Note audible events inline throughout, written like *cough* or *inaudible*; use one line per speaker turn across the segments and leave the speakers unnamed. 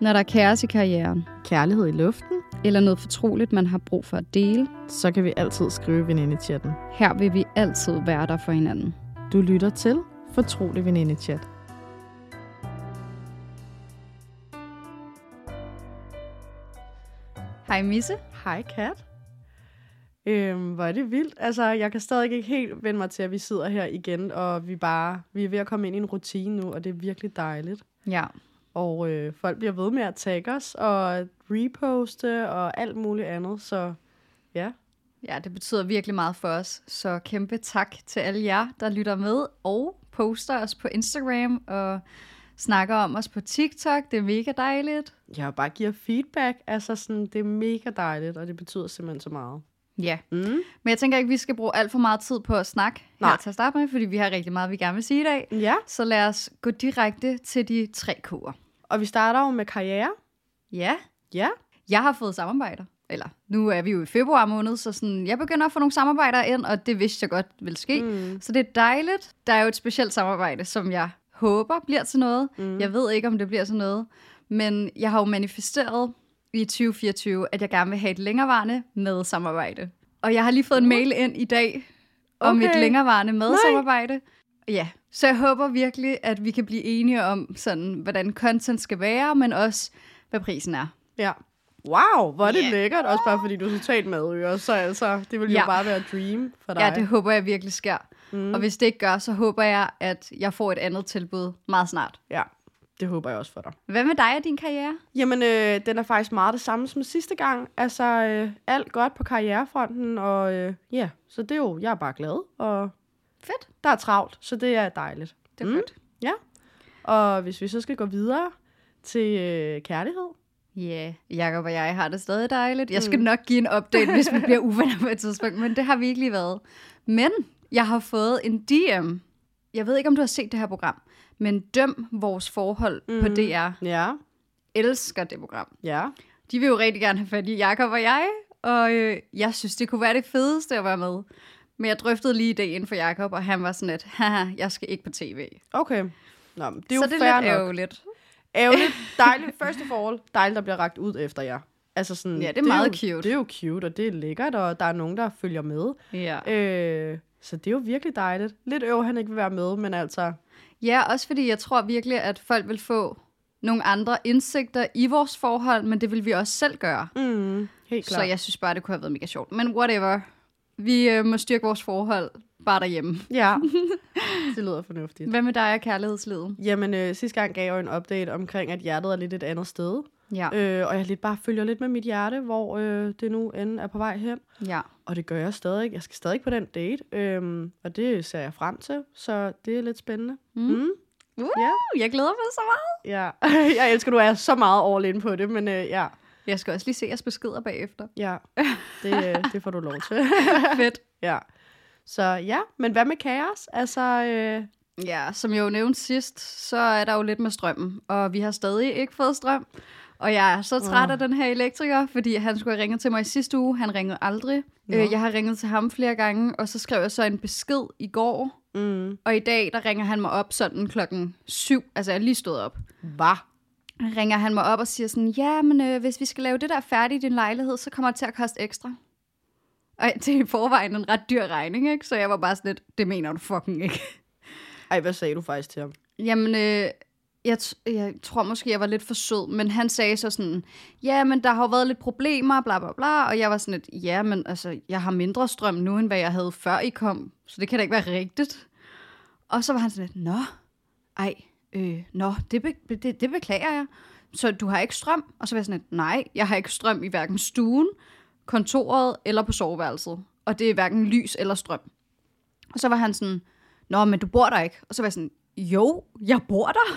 Når der er kaos i karrieren,
Kærlighed i luften,
eller noget fortroligt, man har brug for at dele,
så kan vi altid skrive i venindechatten.
her vil vi altid være der for hinanden.
Du lytter til Fortrolig Venindechat.
Hej Misse.
Hej Kat. Øhm, hvor er det vildt. Altså, jeg kan stadig ikke helt vende mig til, at vi sidder her igen, og vi bare vi er ved at komme ind i en rutine nu, og det er virkelig dejligt.
Ja,
Og øh, folk bliver ved med at tagge os, og reposte, og alt muligt andet, så ja.
ja, det betyder virkelig meget for os. Så kæmpe tak til alle jer, der lytter med og poster os på Instagram og snakker om os på TikTok. Det er mega dejligt.
Jeg bare giver feedback. Altså, sådan, det er mega dejligt, og det betyder simpelthen så meget.
Ja,
Mm.
men jeg tænker ikke, vi skal bruge alt for meget tid på at snakke Nej. her
Nej.
til at starte med, fordi vi har rigtig meget, vi gerne vil sige i dag.
Ja,
Så lad os gå direkte til de tre K'er.
og vi starter jo med karriere.
Ja,
Ja.
jeg har fået samarbejder. Eller, nu er vi jo i februar måned, så sådan, jeg begynder at få nogle samarbejder ind, og det vidste jeg godt ville ske. Mm.
Mm.
Så det er dejligt. Der er jo et specielt samarbejde, som jeg håber bliver til noget. Mm.
Mm.
Jeg ved ikke, om det bliver til noget. Men jeg har jo manifesteret i 2024, at jeg gerne vil have et længerevarende med samarbejde. Og jeg har lige fået en mail ind i dag om okay.
Okay.
et længerevarende med samarbejde. Ja, så jeg håber virkelig, at vi kan blive enige om, sådan, hvordan content skal være, men også, hvad prisen er.
Ja. Wow, hvor er det
Ja.
yeah. lækkert. Også bare fordi du er totalt madøger, så altså, det ville
Ja.
jo bare være dream for dig.
Ja, det håber jeg virkelig sker. Mm. Og hvis det ikke gør, så håber jeg, at jeg får et andet tilbud meget snart.
ja, det håber jeg også for dig.
Hvad med dig og din karriere?
Jamen, øh, den er faktisk meget det samme som sidste gang. Altså, øh, alt godt på karrierefronten, og øh, ja, yeah. så det er jo, jeg er bare glad, og
Fedt.
der er travlt, så det er dejligt.
Det er mm. fedt.
Ja, og hvis vi så skal gå videre til øh, kærlighed.
Ja, yeah. Jacob og jeg har det stadig dejligt. Jeg skal mm. nok give en update, hvis vi *laughs* bliver uvenner på et tidspunkt, men det har vi ikke lige været. Men jeg har fået en DM. Jeg ved ikke, om du har set det her program, men døm vores forhold mm. på DR.
Ja,
Elsker det program.
ja.
De vil jo rigtig gerne have fat i Jakob og jeg, og øh, jeg synes, det kunne være det fedeste at være med. Men jeg drøftede lige ideen for Jakob, og han var sådan lidt, haha, jeg skal ikke på tv.
Okay. Nå, men det er
så
jo
det er
fair
lidt
nok.
ærgerligt.
Ærgerligt. Dejligt. First of all, dejligt, der bliver ragt ud efter jer. Altså sådan,
Ja, det er meget
jo,
cute.
Det er jo cute, og det er lækkert, og der er nogen, der følger med.
Ja.
Øh, så det er jo virkelig dejligt. Lidt øv, han ikke vil være med, men altså...
ja, også fordi jeg tror virkelig, at folk vil få nogle andre indsigter i vores forhold, men det vil vi også selv gøre.
Mm, helt klart.
Så jeg synes bare, det kunne have været mega sjovt. Men whatever. Vi øh, må styrke vores forhold bare derhjemme. *laughs*
Ja, det lyder fornuftigt.
Hvad med dig og kærlighedslivet?
Jamen, øh, sidste gang gav jeg jo en update omkring, at hjertet er lidt et andet sted.
Ja.
Øh, og jeg lidt bare følger lidt med mit hjerte, hvor øh, det nu end er på vej hen.
ja.
Og det gør jeg stadig. Jeg skal stadig på den date, øhm, og det ser jeg frem til. Så det er lidt spændende.
Mm.
Mm.
Uh,
Ja.
Jeg glæder mig så meget.
Ja, *laughs* jeg elsker, du er så meget all in på det, men øh, ja,
Jeg skal også lige se jeres beskeder bagefter.
ja det, *laughs* øh, det får du lov til.
*laughs* Fedt.
ja. Så ja, men hvad med kaos? Altså, øh,
Ja, som jeg jo nævnte sidst, så er der jo lidt med strømmen, og vi har stadig ikke fået strøm. Og jeg er så træt af den her elektriker, fordi han skulle have ringet til mig i sidste uge. Han ringede aldrig.
Nå.
Øh, jeg har ringet til ham flere gange, og så skrev jeg så en besked i går.
mm,
Og i dag, der ringer han mig op sådan klokken 7. Altså, jeg er lige stået op.
hvad?
Ringer han mig op og siger sådan, ja, men øh, hvis vi skal lave det der færdigt i din lejlighed, så kommer det til at koste ekstra. Og det er i forvejen en ret dyr regning, ikke? Så jeg var bare sådan lidt, det mener du fucking ikke.
Ej, hvad sagde du faktisk til ham?
Jamen, øh, jeg, t- jeg tror måske, jeg var lidt for sød, men han sagde så sådan, ja, men der har jo været lidt problemer, bla bla bla, og jeg var sådan lidt, ja, men altså, jeg har mindre strøm nu, end hvad jeg havde før I kom, så det kan da ikke være rigtigt. Og så var han sådan lidt, nå, ej, øh, nå, det, be- det, det beklager jeg. Så du har ikke strøm? Og så var jeg sådan lidt, nej, jeg har ikke strøm i hverken stuen, kontoret eller på soveværelset. Og det er hverken lys eller strøm. Og så var han sådan, nå, men du bor der ikke. Og så var jeg sådan, jo, jeg bor der.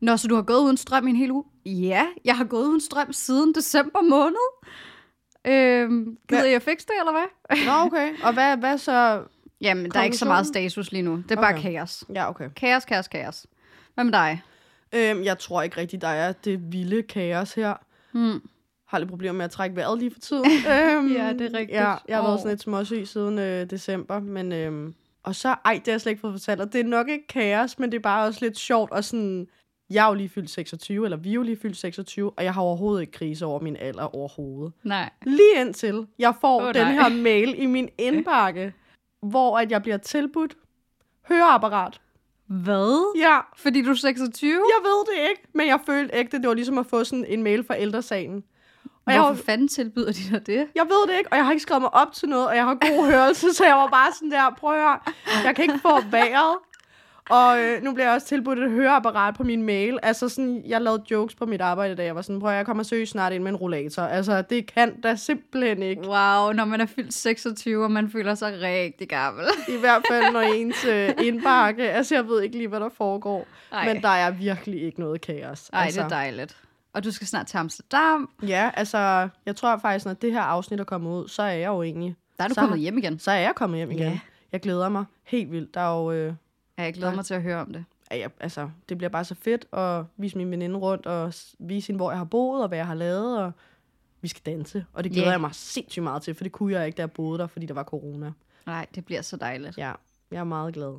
Nå, så du har gået uden strøm i en hel uge? Ja, jeg har gået uden strøm siden december måned. Øhm, gider
Hvad-
jeg fikse det, eller hvad?
Nå, okay. Og hvad, hvad så?
Jamen, der er ikke så meget status lige nu. Det er bare
Okay.
kaos.
Ja, okay.
Kaos, kaos, kaos. Hvad med dig?
Øhm, jeg tror ikke rigtig, der er det vilde kaos her.
Mm.
Har lidt problemer med at trække vejret lige for tiden. øhm,
*laughs* Ja, det er rigtigt.
Ja, jeg har været
Åh.
sådan lidt småsyg siden øh, december, men... Øhm, og så, ej, det har jeg slet ikke fået fortalt, og det er nok ikke kaos, men det er bare også lidt sjovt og sådan jeg er jo lige fyldt 26, eller vi er jo lige fyldt 26, og jeg har overhovedet ikke krise over min alder overhovedet.
Nej.
Lige indtil jeg får
Åh,
oh,
nej.
den her mail i
*laughs*
min indbakke, hvor at jeg bliver tilbudt høreapparat.
Hvad?
Ja,
Fordi du er 26?
jeg ved det ikke, men jeg følte ægte, det var ligesom at få sådan en mail fra ældresagen. Og jeg,
Hvorfor
var-
fanden tilbyder de dig det?
jeg ved det ikke, og jeg har ikke skrevet mig op til noget, og jeg har god hørelse, så jeg var bare sådan der, prøv at høre, jeg kan ikke få vejret. Og øh, nu bliver jeg også tilbudt et høreapparat på min mail. Altså sådan, jeg lavede jokes på mit arbejde, da jeg var sådan, prøv at høre, jeg kommer seriøst snart ind med en rollator. Altså, det kan da simpelthen ikke.
Wow, når man er fyldt 26, og man føler sig rigtig gammel.
I hvert fald, når ens øh, indbakke, altså jeg ved ikke lige, hvad der foregår.
Ej.
Ej. Men der er virkelig ikke noget kaos.
Ej,
altså.
det er dejligt. Og du skal snart til Amsterdam.
Ja, altså, jeg tror faktisk, når det her afsnit er kommet ud, så er jeg jo egentlig,
Der er du
Så-
kommet hjem igen.
så er jeg kommet hjem igen.
Ja.
Jeg glæder mig helt vildt. Der er jo, øh,
Ja, jeg glæder
Ja.
mig til at høre om det.
at jeg, altså, det bliver bare så fedt at vise min veninde rundt og s- vise hende, hvor jeg har boet og hvad jeg har lavet. Og vi skal danse, og det glæder
Ja.
jeg mig sindssygt meget til, for det kunne jeg ikke, da jeg boede der, fordi der var corona.
Nej, det bliver så dejligt.
Ja, jeg er meget glad.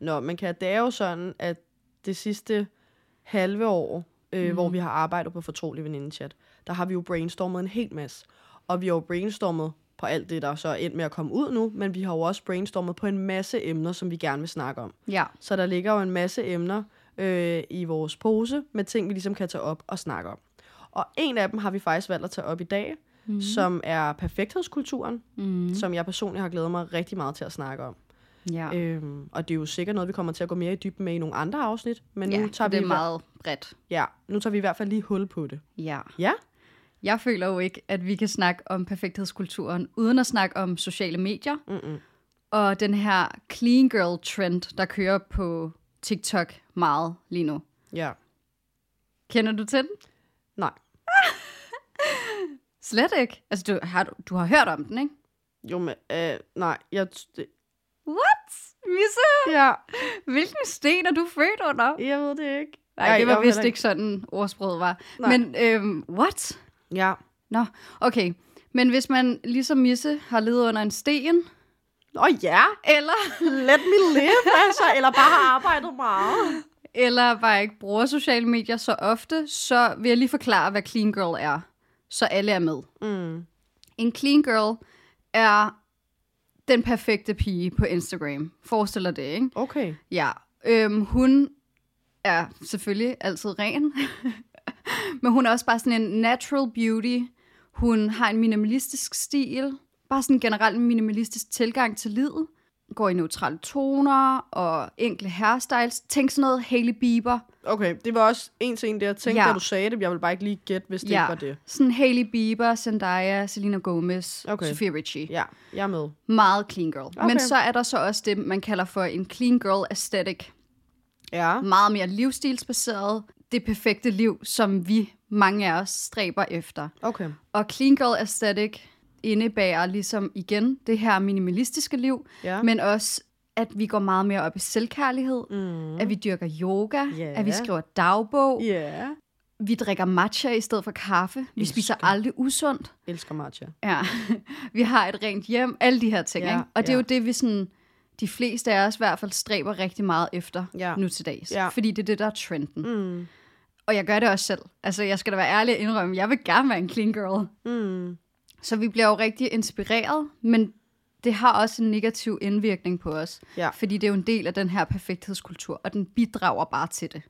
Nå, men kan det er jo sådan, at det sidste halve år, øh, mm. hvor vi har arbejdet på Fortrolig Veninde-chat, der har vi jo brainstormet en hel masse. Og vi har jo brainstormet på alt det, der så er endt med at komme ud nu, men vi har jo også brainstormet på en masse emner, som vi gerne vil snakke om.
Ja.
Så der ligger jo en masse emner øh, i vores pose med ting, vi ligesom kan tage op og snakke om. Og en af dem har vi faktisk valgt at tage op i dag,
Mhm.
mm. som er perfekthedskulturen, mm. som jeg personligt har glædet mig rigtig meget til at snakke om.
ja.
Ja. Øhm, og det er jo sikkert noget, vi kommer til at gå mere i dybden med i nogle andre afsnit, men
ja
nu, tager vi
det
i
er
hver-
meget bredt.
ja, nu tager vi i hvert fald lige hul på det.
Ja.
Ja,
Jeg føler jo ikke, at vi kan snakke om perfekthedskulturen, uden at snakke om sociale medier.
Mm-mm.
Og den her clean girl trend, der kører på TikTok meget lige nu.
ja.
Kender du til den?
Nej.
*laughs* Slet ikke. Altså, du har, du har hørt om den, ikke?
Jo, men, øh, nej, jeg... t- det-
What? Misse,
Ja,
hvilken sten er du født under?
jeg ved det ikke.
Nej,
Ej,
det
jeg
var vist
heller
ikke sådan, ordsproget var.
Nej.
Men, øhm, what?
Ja.
Nå, okay. Men hvis man ligesom Misse har levet under en sten,
Nå ja,
eller, *laughs*
let me live, altså, eller bare har arbejdet meget.
*laughs* eller bare ikke bruger sociale medier så ofte, så vil jeg lige forklare, hvad clean girl er, så alle er med.
Mm.
En clean girl er den perfekte pige på Instagram. Forestil dig det, ikke?
Okay.
Ja, øhm, hun er selvfølgelig altid ren, *laughs* men hun er også bare sådan en natural beauty. Hun har en minimalistisk stil, bare sådan generelt en minimalistisk tilgang til livet. Går i neutrale toner og enkle hairstyles. Tænk sådan noget Hailey Bieber.
Okay, det var også en ting, der jeg tænkte,
Ja.
ja. da du sagde det. Jeg ville bare ikke lige gætte, hvis det ja. ikke var det.
sådan Hailey Bieber, Zendaya, Selena Gomez, okay.
Okay.
Sofia Richie.
Ja, jeg er med.
Meget clean girl. Okay. Men
Okay.
så er der så også det, man kalder for en clean girl aesthetic.
Ja.
meget mere livsstilsbaseret, det perfekte liv, som vi mange af os stræber efter.
Okay.
Og Clean Girl Aesthetic indebærer ligesom igen det her minimalistiske liv,
Ja.
men også at vi går meget mere op i selvkærlighed,
Mm.
at vi dyrker yoga,
Ja.
at vi skriver dagbog,
Ja.
vi drikker matcha i stedet for kaffe, vi
Elsker.
spiser aldrig usundt,
Elsker matcha.
ja. *laughs* vi har et rent hjem, alle de her ting.
Ja,
ikke? Og det er
ja.
jo det, vi sådan, de fleste af os i hvert fald stræber rigtig meget efter
Ja.
nu til dags,
Ja.
fordi det er det, der er trenden.
Mm.
Og jeg gør det også selv. Altså, jeg skal da være ærlig og indrømme, jeg vil gerne være en clean girl.
Mm.
Så vi bliver jo rigtig inspireret, men det har også en negativ indvirkning på os.
Ja.
Fordi det er jo en del af den her perfekthedskultur, og den bidrager bare til det.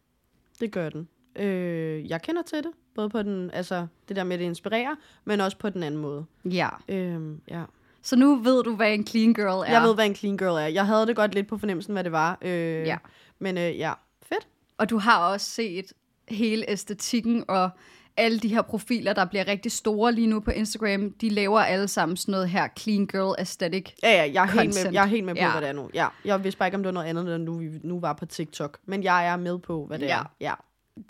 Det gør den. Øh, jeg kender til det. Både på den, altså det der med, at det inspirerer, men også på den anden måde.
Ja.
Øh, ja.
Så nu ved du, hvad en clean girl er.
Jeg ved, hvad en clean girl er. Jeg havde det godt lidt på fornemmelsen, hvad det var. Øh,
Ja.
Men øh, ja, fedt.
Og du har også set hele æstetikken og alle de her profiler, der bliver rigtig store lige nu på Instagram, de laver alle sammen sådan noget her clean girl aesthetic.
Ja, ja, jeg er, helt med,
Consent.
jeg er helt med på,
Ja.
ja. hvad det er nu. Ja. Jeg vidste bare ikke, om det var noget andet, end nu, vi nu var på TikTok. Men jeg er med på, hvad det
Ja.
er. Ja.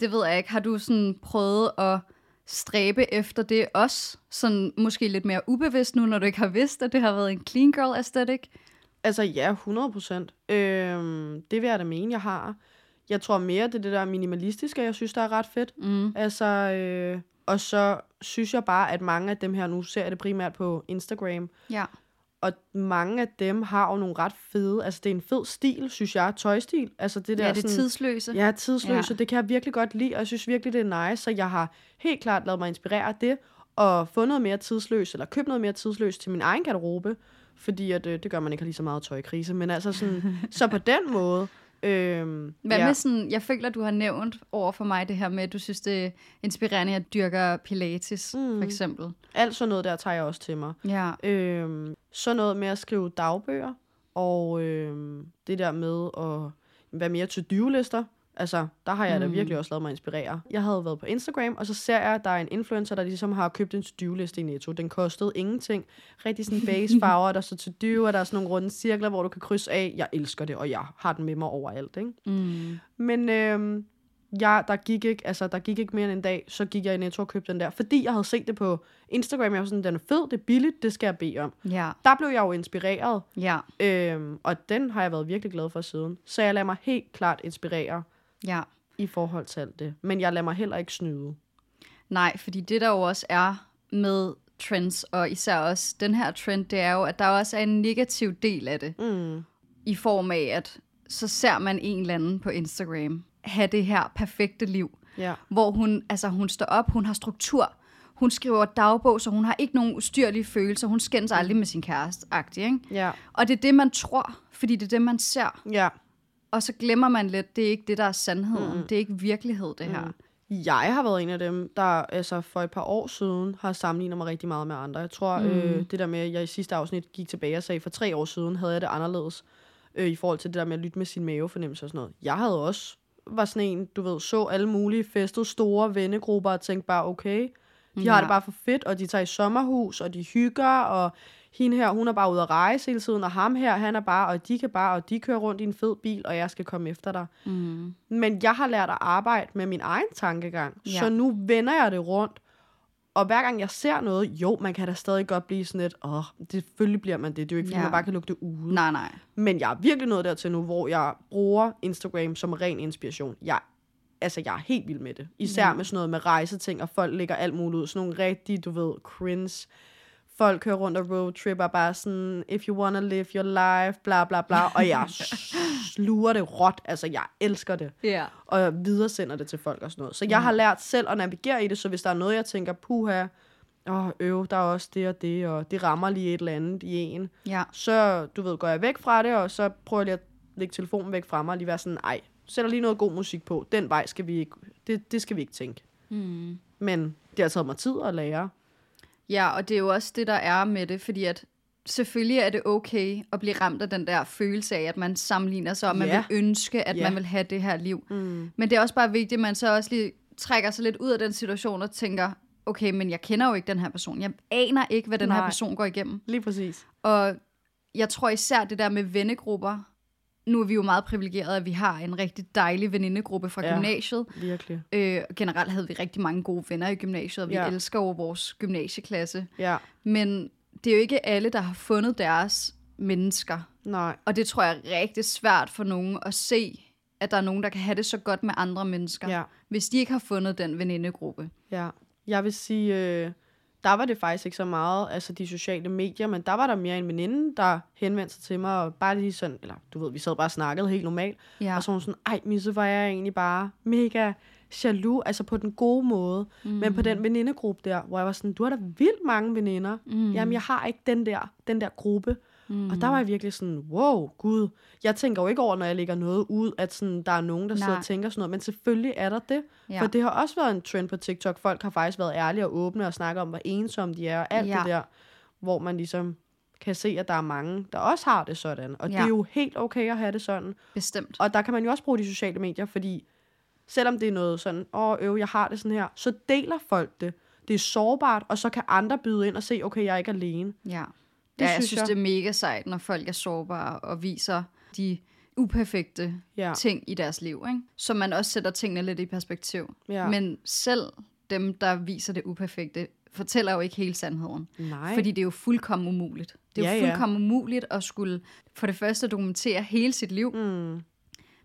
det ved jeg ikke, har du sådan prøvet at stræbe efter det også? Sådan måske lidt mere ubevidst nu, når du ikke har vidst, at det har været en clean girl aesthetic?
Altså ja, 100 procent. Øhm, det vil jeg da mene, jeg har. Jeg tror mere, det er det der minimalistiske, jeg synes, der er ret fedt.
Mm.
Altså, øh, og så synes jeg bare, at mange af dem her, nu ser jeg det primært på Instagram,
Ja.
og mange af dem har jo nogle ret fede, altså det er en fed stil, synes jeg, tøjstil. Altså det der
Ja, det er
sådan,
tidsløse.
Ja, tidsløse.
Ja.
Ja. Det kan jeg virkelig godt lide, og jeg synes virkelig, det er nice. Så jeg har helt klart lavet mig inspirere af det, og få noget mere tidsløs, eller købt noget mere tidsløs til min egen garderobe, fordi at, øh, det gør man ikke har lige så meget tøj i krise. Men altså sådan, så på den måde... Øhm,
Hvad ja. med sådan, jeg føler, du har nævnt over for mig det her med, at du synes, det er inspirerende, at jeg dyrker pilates, mm.
Mm.
for eksempel.
Alt sådan noget der tager jeg også til mig.
Ja.
Øhm, sådan noget med at skrive dagbøger, og øhm, det der med at være mere to-do-lister. Altså, der har jeg da
Mm.
virkelig også lavet mig inspirere. Jeg havde været på Instagram, og så ser jeg, at der er en influencer, der ligesom har købt en to-do-liste i Netto. Den kostede ingenting. Rigtig sådan beige-farver, der er så to-do, og der er sådan nogle runde cirkler, hvor du kan krydse af. Jeg elsker det, og jeg har den med mig overalt, ikke?
Mm.
Men øhm, jeg, der, gik ikke, altså, der gik ikke mere end en dag, så gik jeg i Netto og købte den der. Fordi jeg havde set det på Instagram, jeg var sådan, den er fed, det er billigt, det skal jeg bede om.
Ja,
Der blev jeg jo inspireret,
ja,
øhm, og den har jeg været virkelig glad for siden. Så jeg lader mig helt klart inspirere
ja.
i forhold til alt det. Men jeg lader mig heller ikke snyde.
Nej, fordi det der jo også er med trends, og især også den her trend, det er jo, at der også er en negativ del af det,
Mm.
i form af, at så ser man en eller anden på Instagram have det her perfekte liv,
Ja.
hvor hun, altså, hun står op, hun har struktur, hun skriver dagbog, så hun har ikke nogen ustyrlige følelser, hun skændes aldrig med sin kæreste, agtig, ikke?
Ja.
Og det er det, man tror, fordi det er det, man ser.
Ja.
Og så glemmer man lidt, det er ikke det, der er sandheden. Mm. Det er ikke virkelighed, det her. Mm.
Jeg har været en af dem, der altså, for et par år siden har sammenlignet mig rigtig meget med andre. Jeg tror,
Mm.
mm. øh, det der med, at jeg i sidste afsnit gik tilbage og sagde, for tre år siden havde jeg det anderledes øh, i forhold til det der med at lytte med sin mavefornemmelse og sådan noget. Jeg havde også var sådan en, du ved, så alle mulige festede store vennegrupper og tænkte bare, okay, de har
Ja.
det bare for fedt, og de tager i sommerhus, og de hygger, og hende her, hun er bare ude at rejse hele tiden, og ham her, han er bare, og de kan bare, og de kører rundt i en fed bil, og jeg skal komme efter dig.
Mm.
Men jeg har lært at arbejde med min egen tankegang,
Ja.
ja. så nu vender jeg det rundt. Og hver gang jeg ser noget, jo, man kan da stadig godt blive sådan lidt, åh, det- selvfølgelig bliver man det, det er jo ikke, fordi
Ja.
ja. man bare kan lukke det ude.
Nej, nej.
Men jeg er virkelig nået dertil nu, hvor jeg bruger Instagram som ren inspiration. Jeg, altså, jeg er helt vild med det. Især
Ja.
med sådan noget med rejseting, og folk lægger alt muligt ud. Sådan nogle rigtig, du ved, cringe. Folk kører rundt og roadtripper bare sådan, if you wanna live your life, bla bla bla. Og *laughs* jeg sluger det råt. Altså, jeg elsker det
Ja.
og jeg videresender det til folk og sådan noget. Så jeg
Mm.
har lært selv at navigere i det, så hvis der er noget, jeg tænker, puha, åh, øv, der er også det og det, og det rammer lige et eller andet i en,
Ja.
så, du ved, går jeg væk fra det, og så prøver jeg lige at lægge telefonen væk fra mig, og lige være sådan, ej, sætter lige noget god musik på, den vej skal vi ikke, det, det skal vi ikke tænke.
Mm.
Men det har taget mig tid at lære.
Ja, og det er jo også det, der er med det, fordi at selvfølgelig er det okay at blive ramt af den der følelse af, at man sammenligner sig, og man
Ja.
vil ønske, at
Ja.
man vil have det her liv.
Mm.
Men det er også bare vigtigt, at man så også lige trækker sig lidt ud af den situation og tænker, okay, men jeg kender jo ikke den her person. Jeg aner ikke, hvad den her
Nej.
person går igennem.
Lige præcis.
Og jeg tror især det der med vennegrupper. Nu er vi jo meget privilegerede, at vi har en rigtig dejlig venindegruppe fra ja.
Ja.
gymnasiet.
Virkelig.
Øh, generelt havde vi rigtig mange gode venner i gymnasiet, og vi ja.
Ja.
elsker jo vores gymnasieklasse.
Ja.
Men det er jo ikke alle, der har fundet deres mennesker.
Nej.
Og det tror jeg er rigtig svært for nogen at se, at der er nogen, der kan have det så godt med andre mennesker,
Ja.
hvis de ikke har fundet den venindegruppe.
Ja, jeg vil sige, øh, der var det faktisk ikke så meget, altså de sociale medier, men der var der mere en veninde, der henvendte sig til mig, og bare lige sådan, eller du ved, vi sad bare og snakkede helt normalt,
Ja.
og så var hun sådan, ej Misse, var jeg egentlig bare mega jaloux, altså på den gode måde, mm. men på den venindegruppe der, hvor jeg var sådan, du har da vildt mange veninder, mm. jamen jeg har ikke den der, den der gruppe, mm. og der var jeg virkelig sådan, wow, gud, jeg tænker jo ikke over, når jeg lægger noget ud, at sådan, der er nogen, der sidder
Nej.
og tænker sådan noget, men selvfølgelig er der det,
Ja.
Ja. For det har også været en trend på TikTok. Folk har faktisk været ærlige og åbne og snakker om, hvor ensomme de er og alt
Ja.
ja. det der. Hvor man ligesom kan se, at der er mange, der også har det sådan. Og ja. det
Ja.
er jo helt okay at have det sådan.
Bestemt.
Og der kan man jo også bruge de sociale medier, fordi selvom det er noget sådan, åh, øv, jeg har det sådan her, så deler folk det. Det er sårbart, og så kan andre byde ind og se, okay, jeg er ikke alene.
Ja. Det ja, jeg
synes
synes,
jeg.
det er mega sejt, når folk er sårbare og viser de uperfekte
Ja.
ting i deres liv, ikke? så man også sætter tingene lidt i perspektiv.
Ja.
Men selv dem, der viser det uperfekte, fortæller jo ikke hele sandheden.
Nej.
Fordi det er jo fuldkommen umuligt. Det er ja,
Ja,
jo
ja.
fuldkommen ja. umuligt at skulle for det første dokumentere hele sit liv, mm.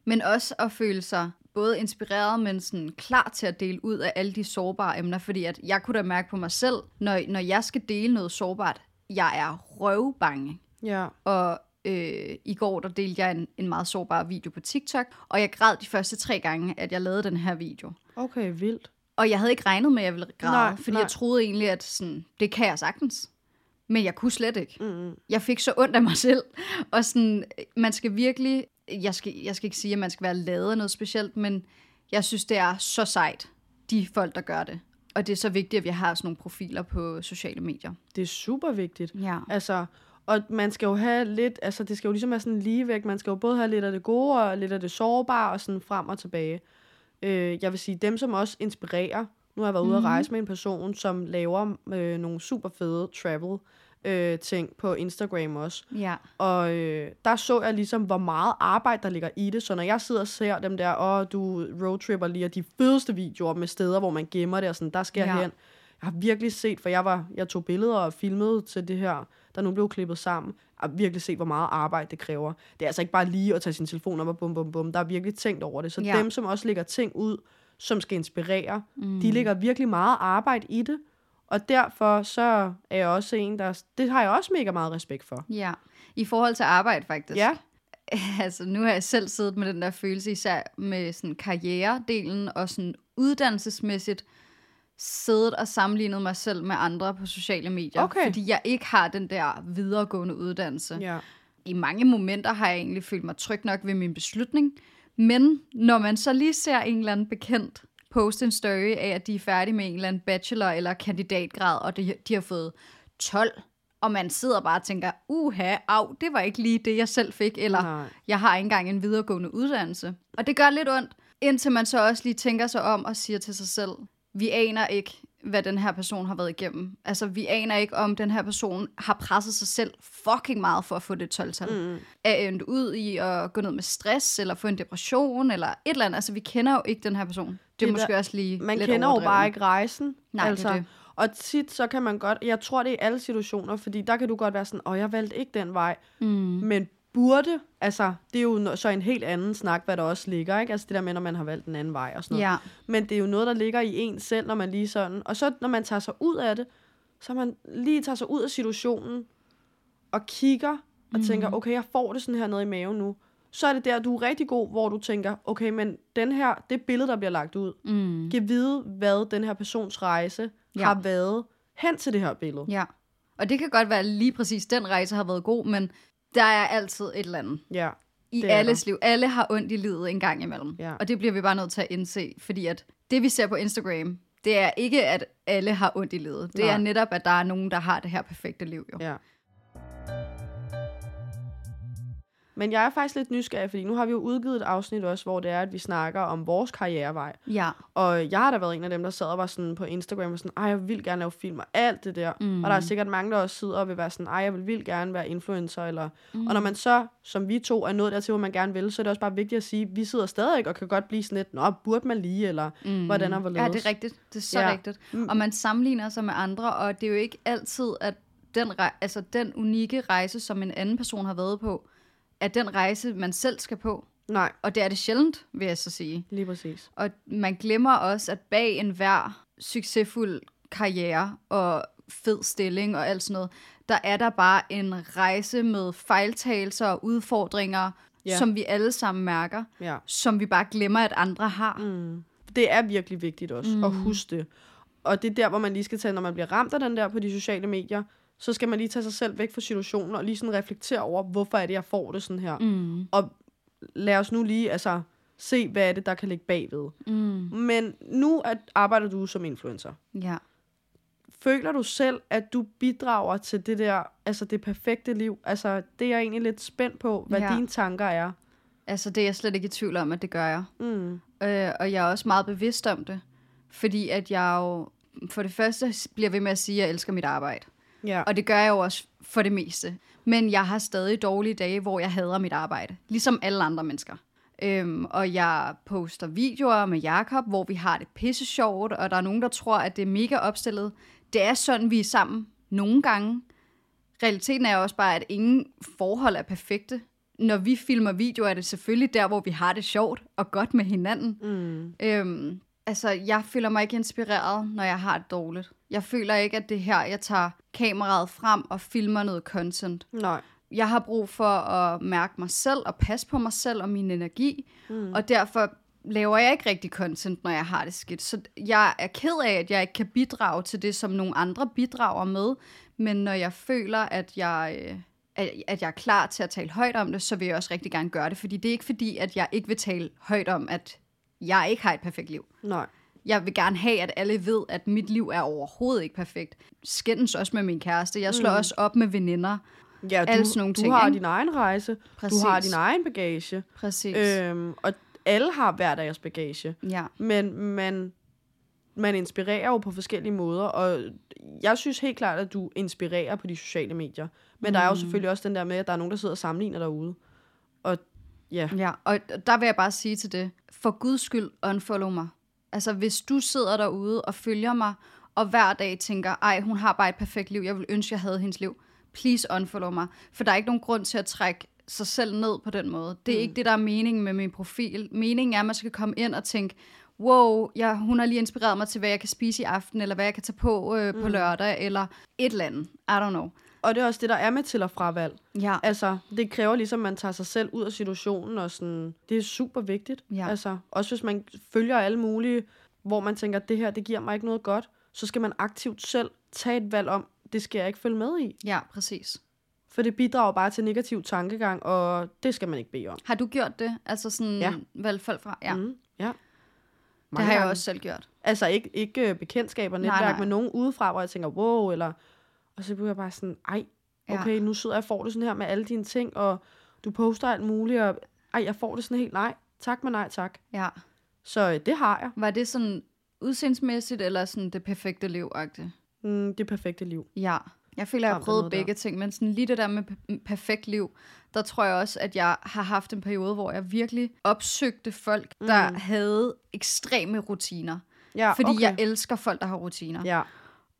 men også at føle sig både inspireret, men sådan klar til at dele ud af alle de sårbare emner, fordi at jeg kunne da mærke på mig selv, når, når jeg skal dele noget sårbart, jeg er røvbange.
Ja.
Og øh, i går, der delte jeg en, en meget sårbar video på TikTok, og jeg græd de første tre gange, at jeg lavede den her video.
Okay, vildt.
Og jeg havde ikke regnet med, at jeg ville græde,
Nej,
fordi
nej.
jeg troede egentlig, at sådan, det kan jeg sagtens. Men jeg kunne slet ikke.
Mm.
Jeg fik så ondt af mig selv. Og sådan, man skal virkelig... Jeg skal, jeg skal ikke sige, at man skal være lavet af noget specielt, men jeg synes, det er så sejt, de folk, der gør det. Og det er så vigtigt, at vi har sådan nogle profiler på sociale medier.
Det er super vigtigt.
Ja.
Altså, og man skal jo have lidt, altså det skal jo ligesom være sådan ligevægt. Man skal jo både have lidt af det gode og lidt af det sårbare og sådan frem og tilbage. Øh, jeg vil sige, dem som også inspirerer. Nu har jeg været ude at rejse med en person, som laver øh, nogle super fede travel øh, ting på Instagram også.
Ja.
Og øh, der så jeg ligesom, hvor meget arbejde der ligger i det. Så når jeg sidder og ser dem der, åh, du roadtripper lige, og de fedeste videoer med steder, hvor man gemmer det, og sådan, der skal jeg
Ja.
hen. Jeg har virkelig set, for jeg, var, jeg tog billeder og filmede til det her, der nu blev klippet sammen. Jeg har virkelig set, hvor meget arbejde det kræver. Det er altså ikke bare lige at tage sin telefon op og bum, bum, bum. Der er virkelig tænkt over det. Så
Ja.
dem, som også lægger ting ud, som skal inspirere, mm. de lægger virkelig meget arbejde i det. Og derfor så er jeg også en, der... Det har jeg også mega meget respekt for.
Ja, i forhold til arbejde faktisk.
Ja.
*laughs* Altså, nu har jeg selv siddet med den der følelse, især med sådan karrieredelen og sådan uddannelsesmæssigt, siddet og sammenlignet mig selv med andre på sociale medier.
Okay.
Fordi jeg ikke har den der videregående uddannelse.
Ja.
I mange momenter har jeg egentlig følt mig tryg nok ved min beslutning. Men når man så lige ser en eller anden bekendt poste en story af, at de er færdige med en eller anden bachelor- eller kandidatgrad, og de, de har fået 12, og man sidder bare og tænker, uha, au, det var ikke lige det, jeg selv fik, eller
Nej.
jeg har ikke engang en videregående uddannelse. Og det gør lidt ondt, indtil man så også lige tænker sig om og siger til sig selv, vi aner ikke, hvad den her person har været igennem. Altså, vi aner ikke, om den her person har presset sig selv fucking meget for at få det 12-tal. Mm. Er endt ud i at gå ned med stress, eller få en depression, eller et eller andet. Altså, vi kender jo ikke den her person. Det,
Det
er
er
måske
der-
også lige
Man
lidt
kender jo
overdrevet.
bare ikke rejsen. altså.
Nej, det er det.
Og tit så kan man godt, jeg tror det er i alle situationer, fordi der kan du godt være sådan, åh, jeg valgte ikke den vej. Mm. Men burde, altså, det er jo no- så en helt anden snak, hvad der også ligger, ikke? Altså det der med, når man har valgt en anden vej og sådan noget.
Ja.
Men det er jo noget, der ligger i en selv, når man lige sådan, og så når man tager sig ud af det, så man lige tager sig ud af situationen og kigger og mm. tænker, okay, jeg får det sådan her nede i maven nu. Så er det der, du er rigtig god, hvor du tænker, okay, men den her, det billede, der bliver lagt ud,
Mm.
kan vide, hvad den her persons rejse
Ja.
ja. har været hen til det her billede.
ja. Og det kan godt være, at lige præcis den rejse har været god, men der er altid et eller andet.
Ja.
i
Det er
alles liv. Alle har ondt i livet en gang imellem.
Ja.
Og det bliver vi bare nødt til at indse, fordi at det, vi ser på Instagram, det er ikke, at alle har ondt i livet. Det
Nej.
er netop, at der er nogen, der har det her perfekte liv. Jo.
ja. Men jeg er faktisk lidt nysgerrig, fordi nu har vi jo udgivet et afsnit også, hvor det er, at vi snakker om vores karrierevej.
Ja.
Og jeg har da været en af dem, der sad og var sådan på Instagram og sådan, ej, jeg vil gerne lave film og alt det der. Mm. Og der er sikkert mange, der også sidder og vil være sådan, ej, jeg vil vildt gerne være influencer. Eller... Mm. Og når man så, som vi to, er nået dertil, hvor man gerne vil, så er det også bare vigtigt at sige, vi sidder stadig og kan godt blive sådan lidt, nå, burde man lige, eller mm. hvordan og hvorledes.
ja, det er rigtigt. Det er så
Ja. Mm.
ja. rigtigt. Og man sammenligner sig med andre, og det er jo ikke altid, at den, rej- altså, den unikke rejse, som en anden person har været på, er den rejse, man selv skal på.
Nej,
Og det er det sjældent, vil jeg så sige.
lige præcis.
Og man glemmer også, at bag enhver succesfuld karriere og fed stilling og alt sådan noget, der er der bare en rejse med fejltagelser og udfordringer,
Ja.
ja. som vi alle sammen mærker,
Ja.
som vi bare glemmer, at andre har. Mm.
Det er virkelig vigtigt også mm. at huske det. Og det er der, hvor man lige skal tage, når man bliver ramt af den der på de sociale medier, så skal man lige tage sig selv væk fra situationen og lige sådan reflektere over, hvorfor er det, jeg får det sådan her. Mm. Og lad os nu lige altså, se, hvad er det, der kan ligge bagved. Mm. Men nu at arbejder du som influencer.
Ja.
Føler du selv, at du bidrager til det der, altså det perfekte liv? Altså, det er jeg egentlig lidt spændt på, hvad
Ja.
dine tanker er.
Altså, det er jeg slet ikke i tvivl om, at det gør jeg.
Mm.
Øh, og jeg er også meget bevidst om det, fordi at jeg jo for det første bliver ved med at sige, at jeg elsker mit arbejde.
Ja.
Og det gør jeg jo også for det meste. Men jeg har stadig dårlige dage, hvor jeg hader mit arbejde. Ligesom alle andre mennesker. Øhm, og jeg poster videoer med Jakob, hvor vi har det pisse sjovt, og der er nogen, der tror, at det er mega opstillet. Det er sådan, vi er sammen nogle gange. Realiteten er også bare, at ingen forhold er perfekte. Når vi filmer videoer, er det selvfølgelig der, hvor vi har det sjovt og godt med hinanden.
Mm.
Øhm, altså, jeg føler mig ikke inspireret, når jeg har det dårligt. Jeg føler ikke, at det er her, jeg tager kameraet frem og filmer noget content.
Nej.
jeg har brug for at mærke mig selv og passe på mig selv og min energi, mm. og derfor laver jeg ikke rigtig content, når jeg har det skidt. Så jeg er ked af, at jeg ikke kan bidrage til det, som nogle andre bidrager med, men når jeg føler, at jeg, øh, at, at jeg er klar til at tale højt om det, så vil jeg også rigtig gerne gøre det, fordi det er ikke fordi, at jeg ikke vil tale højt om, at jeg ikke har et perfekt liv.
Nej.
Jeg vil gerne have, at alle ved, at mit liv er overhovedet ikke perfekt. Skændes også med min kæreste. Jeg slår mm. også op med veninder.
Ja, du,
Alle sådan nogle
du
ting,
har
ikke?
din egen rejse.
Præcis.
Du har din egen bagage.
Præcis. Øh.
Øhm, og alle har hver deres bagage.
Ja.
Men man, man inspirerer jo på forskellige måder, og jeg synes helt klart, at du inspirerer på de sociale medier. Men mm. der er jo selvfølgelig også den der med, at der er nogen, der sidder og sammenligner derude. Og ja,
Ja, og der vil jeg bare sige til det, for guds skyld, unfollow mig. Altså, hvis du sidder derude og følger mig, og hver dag tænker, ej, hun har bare et perfekt liv, jeg vil ønske, jeg havde hendes liv. Please unfollow mig, for der er ikke nogen grund til at trække sig selv ned på den måde. Det er mm. ikke det, der er meningen med min profil. Meningen er, at man skal komme ind og tænke, wow, jeg, hun har lige inspireret mig til, hvad jeg kan spise i aften, eller hvad jeg kan tage på øh, på lørdag, eller et eller andet. I don't know.
og det er også det, der er med til og fravalg.
Ja,
Altså, det kræver ligesom, at man tager sig selv ud af situationen, og sådan, det er super vigtigt.
Ja.
Altså, også hvis man følger alle mulige, hvor man tænker, det her, det giver mig ikke noget godt, så skal man aktivt selv tage et valg om, det skal jeg ikke følge med i.
ja, præcis.
For det bidrager bare til negativ tankegang, og det skal man ikke bede om.
Har du gjort det? Altså sådan, ja.
Ja.
valgt folk fra? Ja.
Mm, ja.
Det har jeg
gange.
også selv gjort.
Altså ikke, ikke øh, bekendtskaber, netværk, nej,
nej.
nej. men nogen udefra, hvor jeg tænker, wow, eller... Og så bliver jeg bare sådan, ej,
Ja.
okay, ja. nu sidder jeg og får det sådan her med alle dine ting, og du poster alt muligt, og ej, jeg får det sådan helt, nej, tak, men nej, tak.
Ja.
Så øh, det har jeg.
Var det sådan udseendsmæssigt, eller sådan det perfekte liv -agtigt?
Mm, det perfekte liv.
Ja. Jeg føler, jeg har
Kom, der er
prøvet
noget der.
begge ting, men sådan lige det der med pe- perfekt liv, der tror jeg også, at jeg har haft en periode, hvor jeg virkelig opsøgte folk, der havde ekstreme rutiner.
Ja,
Fordi
okay.
jeg elsker folk, der har rutiner.
Ja,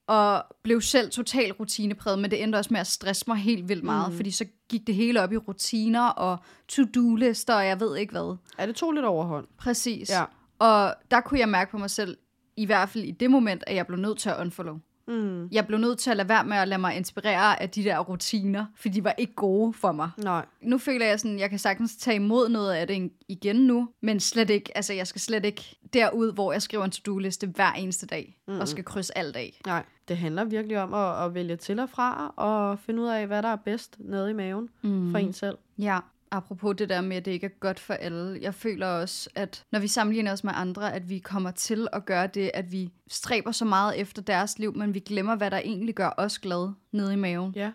og blev selv totalt rutinepræget, men det endte også med at stresse mig helt vildt meget, mm. fordi så gik det hele op i rutiner og to-do-lister og jeg ved ikke hvad.
er det to lidt overhånd?
Præcis.
Ja.
Og der kunne jeg mærke på mig selv, i hvert fald i det moment, at jeg blev nødt til at unfollow.
Mm.
Jeg blev nødt til at lade være med at lade mig inspirere af de der rutiner, for de var ikke gode for mig.
Nej.
Nu føler jeg sådan, jeg kan sagtens tage imod noget af det igen nu, men slet ikke, altså jeg skal slet ikke derud, hvor jeg skriver en to-do-liste hver eneste dag, mm. og skal krydse alt af.
Nej, det handler virkelig om at, at vælge til og fra, og finde ud af, hvad der er bedst nede i maven mm. for en selv.
Ja, apropos det der med, at det ikke er godt for alle. Jeg føler også, at når vi sammenligner os med andre, at vi kommer til at gøre det, at vi stræber så meget efter deres liv, men vi glemmer, hvad der egentlig gør os glade nede i maven.
Ja.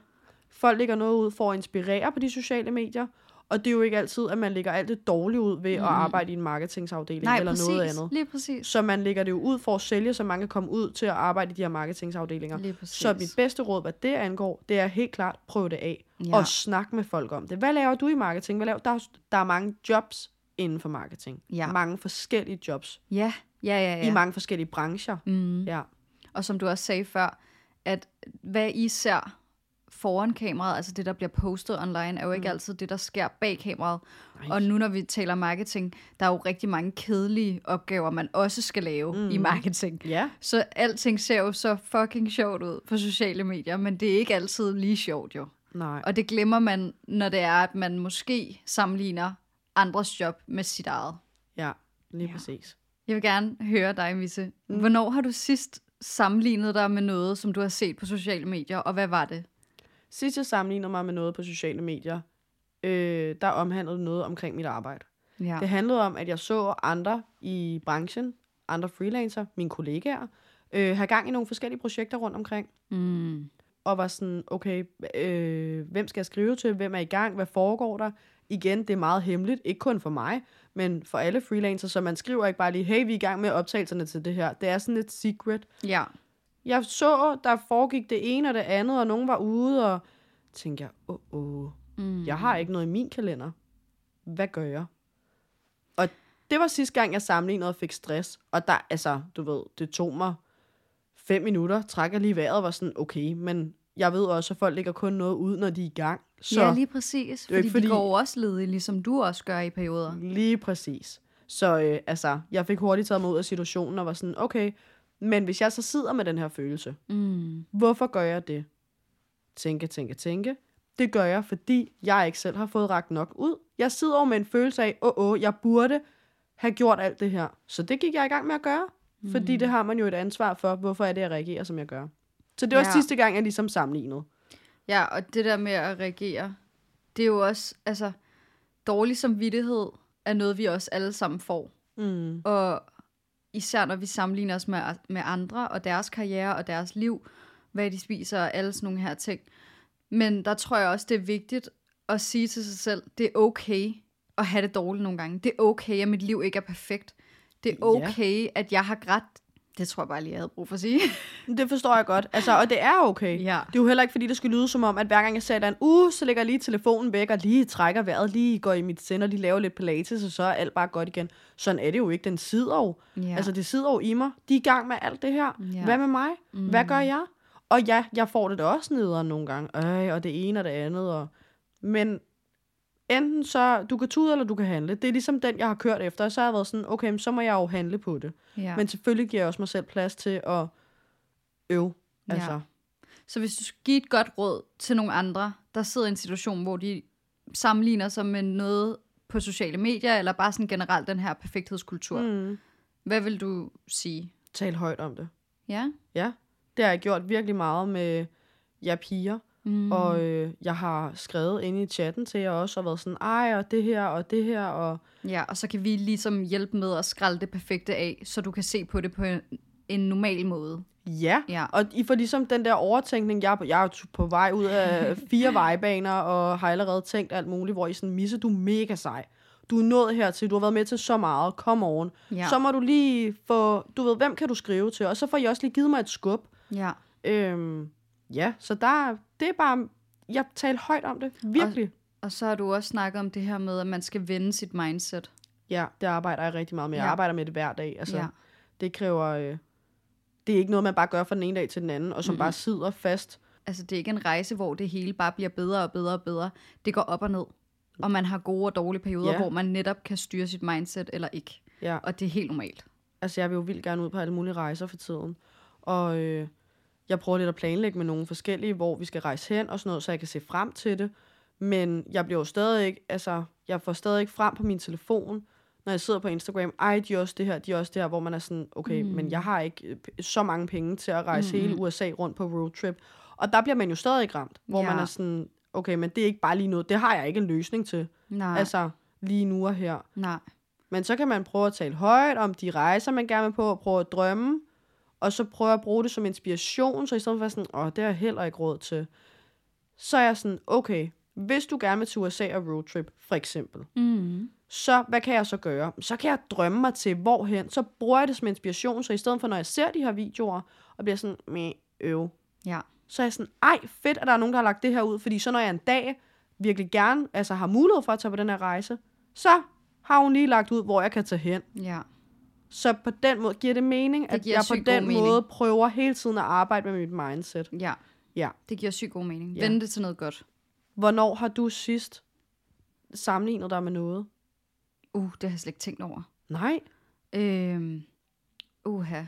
Folk lægger noget ud for at inspirere på de sociale medier, og det er jo ikke altid, at man lægger alt det dårlige ud ved mm. at arbejde i en marketingsafdeling
Nej,
eller
præcis.
noget andet.
Lige præcis.
Så man lægger det jo ud for at sælge, så man kan komme ud til at arbejde i de her marketingsafdelinger.
Lige præcis.
Så mit bedste råd, hvad det angår, det er helt klart, prøv det af.
Ja.
Ja. Og snak med folk om det. Hvad laver du i marketing? Hvad laver? Der, er, der er mange jobs inden for marketing.
Ja.
Mange forskellige jobs.
Ja, ja, ja. ja.
Ja. I mange forskellige brancher.
mm.
Ja.
Og som du også sagde før, at hvad I ser foran kameraet, altså det, der bliver postet online, er jo ikke mm. altid det, der sker bag kameraet.
Nej.
Og nu, når vi taler marketing, der er jo rigtig mange kedelige opgaver, man også skal lave mm. i marketing.
ja.
Så alting ser jo så fucking sjovt ud på sociale medier, men det er ikke altid lige sjovt jo.
Nej.
Og det glemmer man, når det er, at man måske sammenligner andres job med sit eget.
Ja. Lige ja. præcis.
Jeg vil gerne høre dig, Misse.
Mm.
Hvornår har du sidst sammenlignet dig med noget, som du har set på sociale medier, og hvad var det?
Sidst jeg sammenlignede mig med noget på sociale medier, øh, der omhandlede det noget omkring mit arbejde.
Ja.
Det handlede om, at jeg så andre i branchen, andre freelancer, mine kollegaer, øh, have gang i nogle forskellige projekter rundt omkring.
Mm.
og var sådan, okay, øh, hvem skal jeg skrive til, hvem er i gang, hvad foregår der? Igen, det er meget hemmeligt, ikke kun for mig, men for alle freelancer, så man skriver ikke bare lige, hey, vi er i gang med optagelserne til det her. Det er sådan et secret.
Ja.
Jeg så, der foregik det ene og det andet, og nogen var ude, og tænkte jeg, åh, oh, oh,
Mm.
jeg har ikke noget i min kalender. Hvad gør jeg? Og det var sidste gang, jeg sammenlignede og fik stress. Og der, altså, du ved, det tog mig fem minutter, trækker lige vejret og var sådan, okay, men jeg ved også, at folk lægger kun noget ud, når de er i gang. Så
ja, lige præcis.
er jo
Fordi,
ikke
fordi de
fordi-
går jo også ledige, ligesom du også gør i perioder.
Lige præcis. Så øh, altså, jeg fik hurtigt taget mig ud af situationen og var sådan, okay, men hvis jeg så sidder med den her følelse,
Mm.
hvorfor gør jeg det? Tænke, tænke, tænke. Det gør jeg, fordi jeg ikke selv har fået ragt nok ud. Jeg sidder over med en følelse af, åh, åh, jeg burde have gjort alt det her. Så det gik jeg i gang med at gøre, mm. fordi det har man jo et ansvar for, hvorfor er det, jeg reagerer, som jeg gør. Så det var
Ja.
ja. sidste gang, jeg ligesom sammenlignede.
Ja, og det der med at reagere, det er jo også, altså, dårlig samvittighed er noget, vi også alle sammen får.
Mm.
Og især når vi sammenligner os med, med andre og deres karriere og deres liv, hvad de spiser og alle sådan nogle her ting. Men der tror jeg også, det er vigtigt at sige til sig selv, det er okay at have det dårligt nogle gange. Det er okay, at mit liv ikke er perfekt. Det er
Ja.
okay, at jeg har grædt. Det tror jeg bare lige, jeg havde brug for at sige.
Det forstår jeg godt. Altså, og det er okay.
Ja.
Det er jo heller ikke, fordi det skal lyde som om, at hver gang jeg sætter en uge, "Uh, så lægger jeg lige telefonen væk og lige trækker vejret, lige går i mit send og lige laver lidt pilates, og så er alt bare godt igen. Sådan er det jo ikke. Den sidder jo.
Ja.
Ja. Altså, det sidder jo i mig. De er i gang med alt det her.
Ja.
Ja. Hvad med mig? Mm. Hvad gør jeg? Og ja, jeg får det da også nederen nogle gange. Øh, og det ene og det andet. Og... Men enten så, du kan tude, eller du kan handle. Det er ligesom den, jeg har kørt efter. Og så har jeg været sådan, okay, men så må jeg jo handle på det.
ja.
Ja. Men selvfølgelig giver jeg også mig selv plads til at øve.
Ja.
Altså,
Så hvis du skal give et godt råd til nogle andre, der sidder i en situation, hvor de sammenligner sig med noget på sociale medier, eller bare sådan generelt den her perfekthedskultur,
mm.
hvad vil du sige?
tal højt om det.
Ja?
Ja, det har jeg gjort virkelig meget med jer piger.
Mm.
Mm. Og øh, jeg har skrevet inde i chatten til jer også, og været sådan, ej, og det her, og det her, og
Ja, og så kan vi ligesom hjælpe med at skralde det perfekte af, så du kan se på det på en, en normal måde.
ja.
Ja.
Og I får ligesom den der overtænkning, jeg er på, jeg er jo t- på vej ud *laughs* af fire vejbaner, og har allerede tænkt alt muligt, hvor I sådan, Misse, du er mega sej. Du er nået hertil, du har været med til så meget, kom oven.
Ja.
Ja. Så må du lige få, du ved, hvem kan du skrive til, og så får I også lige givet mig et skub.
Ja.
Øhm, ja, så der, det er bare, jeg taler højt om det, virkelig.
Og så har du også snakket om det her med, at man skal vende sit mindset.
Ja, det arbejder jeg rigtig meget med. Jeg
Ja.
ja. arbejder med det hver dag. Altså,
Ja.
ja. Det kræver... Øh, det er ikke noget, man bare gør fra den ene dag til den anden, og som mm. bare sidder fast.
Altså, det er ikke en rejse, hvor det hele bare bliver bedre og bedre og bedre. Det går op og ned. Og man har gode og dårlige perioder,
Ja.
hvor man netop kan styre sit mindset eller ikke.
Ja.
Og det er helt normalt.
Altså, jeg vil jo vildt gerne ud på alle mulige rejser for tiden. Og øh, jeg prøver lidt at planlægge med nogle forskellige, hvor vi skal rejse hen og sådan noget, så jeg kan se frem til det. Men jeg bliver jo stadig ikke, altså, jeg får stadig ikke frem på min telefon, når jeg sidder på Instagram, ej, de er også det her, de er også det her, hvor man er sådan, okay, mm. men jeg har ikke øh, p- så mange penge til at rejse mm. hele USA rundt på roadtrip. Og der bliver man jo stadig ramt, hvor
Ja.
man er sådan, okay, men det er ikke bare lige noget, det har jeg ikke en løsning til,
Nej, altså,
altså lige nu og her.
nej.
Men så kan man prøve at tale højt om de rejser, man gerne vil på, og prøve at drømme, og så prøve at bruge det som inspiration, så i stedet for at være sådan, åh, det har jeg heller ikke råd til. Så er jeg sådan, okay, hvis du gerne vil til USA og roadtrip, for eksempel,
Mm.
så hvad kan jeg så gøre? Så kan jeg drømme mig til, hvorhen. Så bruger jeg det som inspiration, så i stedet for, når jeg ser de her videoer, og bliver sådan, meh, øv,
Ja,
så er jeg sådan, ej, fedt, at der er nogen, der har lagt det her ud, fordi så når jeg en dag virkelig gerne, altså har mulighed for at tage på den her rejse, så har hun lige lagt ud, hvor jeg kan tage hen.
ja.
Så på den måde giver det mening, at
giver
jeg på
sygt god
den
mening.
måde prøver hele tiden at arbejde med mit mindset.
Ja,
Ja.
det giver sygt god mening. Ja.
Ja.
Vende det til noget godt.
Hvornår har du sidst sammenlignet dig med noget?
Uh, det har jeg slet ikke tænkt over.
Nej.
Øhm, uha.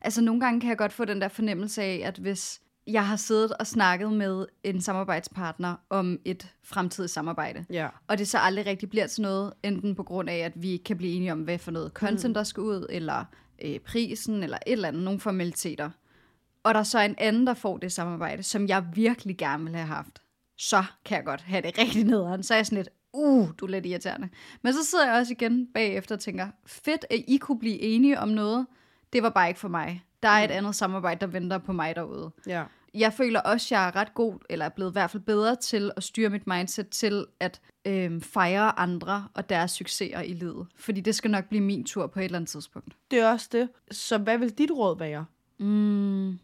Altså, nogle gange kan jeg godt få den der fornemmelse af, at hvis jeg har siddet og snakket med en samarbejdspartner om et fremtidigt samarbejde,
Ja.
og det så aldrig rigtig bliver til noget, enten på grund af, at vi ikke kan blive enige om, hvad for noget content, der skal ud, eller øh, prisen, eller et eller andet, nogle formaliteter. Og der så er en anden, der får det samarbejde, som jeg virkelig gerne ville have haft. Så kan jeg godt have det rigtig nederen. Så er jeg sådan lidt, uh, du er lidt irriterende. Men så sidder jeg også igen bagefter og tænker, fedt, at I kunne blive enige om noget. Det var bare ikke for mig. Der er et andet samarbejde, der venter på mig derude
Ja.
jeg føler også, at jeg er ret god, eller er blevet i hvert fald bedre til at styre mit mindset til at øhm, fejre andre og deres succeser i livet. Fordi det skal nok blive min tur på et eller andet tidspunkt.
Det er også det. Så hvad vil dit råd være?
Mm.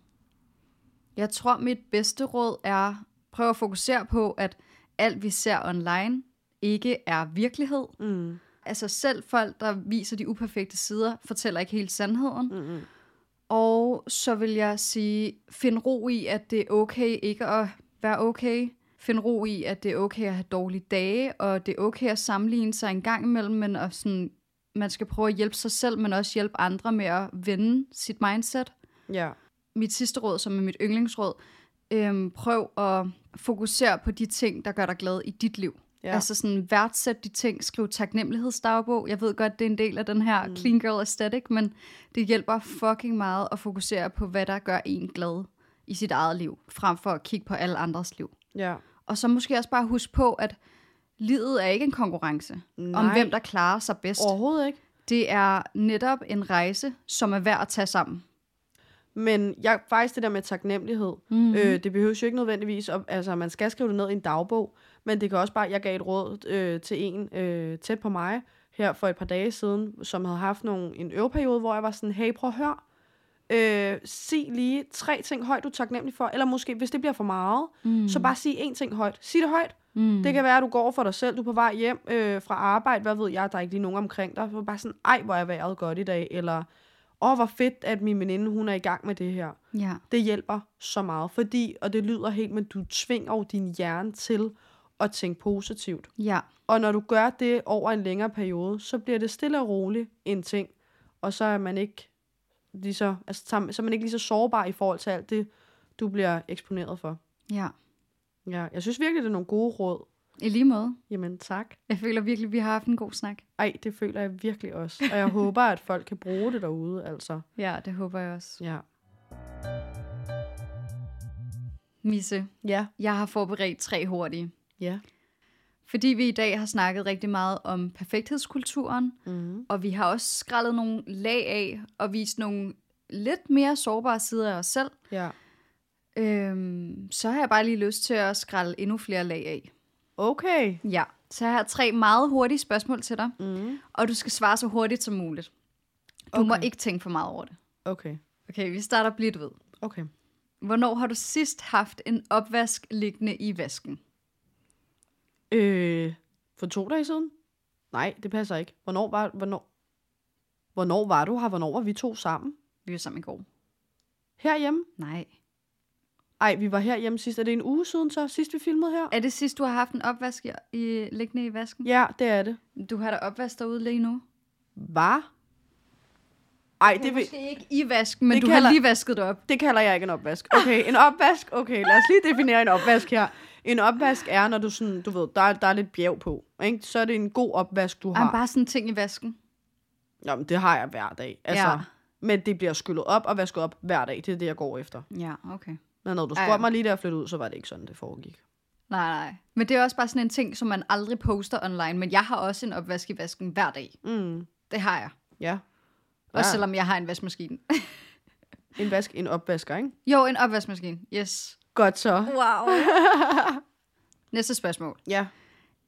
Jeg tror, mit bedste råd er, prøv at fokusere på, at alt vi ser online ikke er virkelighed.
Mm.
Altså selv folk, der viser de uperfekte sider, fortæller ikke hele sandheden.
Mm-mm.
Og så vil jeg sige, find ro i, at det er okay ikke at være okay. Find ro i, at det er okay at have dårlige dage, og det er okay at sammenligne sig en gang imellem, men og sådan, man skal prøve at hjælpe sig selv, men også hjælpe andre med at vende sit mindset.
Ja.
Mit sidste råd, som er mit yndlingsråd, øhm, prøv at fokusere på de ting, der gør dig glad i dit liv. Ja.
Ja.
Altså sådan værdsæt de ting, skriv taknemmelighedsdagbog. Jeg ved godt, det er en del af den her mm. clean girl aesthetic, men det hjælper fucking meget at fokusere på, hvad der gør en glad i sit eget liv, frem for at kigge på alle andres liv.
Ja.
Og så måske også bare huske på, at livet er ikke en konkurrence Nej. om,
Nej.
hvem der klarer sig bedst. Oh.
Overhovedet ikke.
Det er netop en rejse, som er værd at tage sammen.
Men jeg, faktisk det der med taknemmelighed, mm-hmm. øh, det behøves jo ikke nødvendigvis, at, altså man skal skrive det ned i en dagbog, men det kan også bare, jeg gav et råd øh, til en øh, tæt på mig, her for et par dage siden, som havde haft nogle, en øveperiode, hvor jeg var sådan, hey prøv at høre, øh, sig lige tre ting højt, du er taknemmelig for, eller måske, hvis det bliver for meget, mm. så bare sig én ting højt. Sig det højt. Mm. Det kan være, at du går for dig selv, du er på vej hjem øh, fra arbejde, hvad ved jeg, der er ikke lige nogen omkring dig, så bare sådan, ej, hvor er vejret godt i dag, eller, åh, hvor fedt, at min veninde, hun er i gang med det her.
Ja.
Det hjælper så meget, fordi, og det lyder helt, men du tvinger jo din hjerne til at tænke positivt.
Ja.
Og når du gør det over en længere periode, så bliver det stille og roligt en ting. Og så er man ikke lige så, altså, tam- så er man ikke lige så sårbar i forhold til alt det, du bliver eksponeret for.
Ja.
Ja, jeg synes virkelig, det er nogle gode råd.
I lige måde.
Jamen tak.
Jeg føler virkelig, at vi har haft en god snak.
Ej, det føler jeg virkelig også. Og jeg håber, at folk kan bruge det derude, altså.
Ja, det håber jeg også.
Ja.
Misse,
Ja.
jeg har forberedt tre hurtige.
Ja.
Fordi vi i dag har snakket rigtig meget om perfekthedskulturen,
Mm.
og vi har også skrællet nogle lag af og vist nogle lidt mere sårbare sider af os selv,
Ja.
øhm, så har jeg bare lige lyst til at skrælle endnu flere lag af.
Okay.
Ja, så jeg har tre meget hurtige spørgsmål til dig,
Mm.
og du skal svare så hurtigt som muligt. Du okay. må ikke tænke for meget over det.
Okay.
Okay, vi starter blidt ved.
Okay.
Hvornår har du sidst haft en opvask liggende i vasken?
Øh, for to dage siden? Nej, det passer ikke. Hvornår var, hvornår, hvornår var du her? Hvornår var vi to sammen?
Vi var sammen i går.
Herhjemme?
Nej.
Ej, vi var herhjemme sidst. Er det en uge siden så, sidst vi filmede her?
Er det sidst, du har haft en opvask i, i, liggende i vasken?
Ja, det er det.
Du har da opvask derude lige nu.
Var? Ej, det, vil,
Måske ikke i vasken, men
Det
det du
kalder-
har lige vasket det op.
det kalder jeg ikke en opvask. Okay, en opvask. Okay, lad os lige definere en opvask her. En opvask er, når du sådan, du ved, der, er- der er lidt bjerg på. Ikke? Så er det en god opvask, du har.
Jamen, bare sådan en ting i vasken.
Nå, men det har jeg hver dag. Altså,
Ja.
ja. Men det bliver skyllet op og vasket op hver dag. Det er det, jeg går efter.
Ja, okay.
Men når du
Ja,
spurgte
ja.
mig lige der jeg flyttede ud, så var det ikke sådan, det foregik.
Nej, nej. Men det er også bare sådan en ting, som man aldrig poster online. Men jeg har også en opvask i vasken hver dag.
Mm.
Det har jeg.
Ja.
Også
Ja.
selvom jeg har en vaskemaskine.
En vask, en opvasker, ikke?
jo, en opvaskemaskine. Yes.
Godt så.
Wow. *laughs* Næste spørgsmål.
Ja.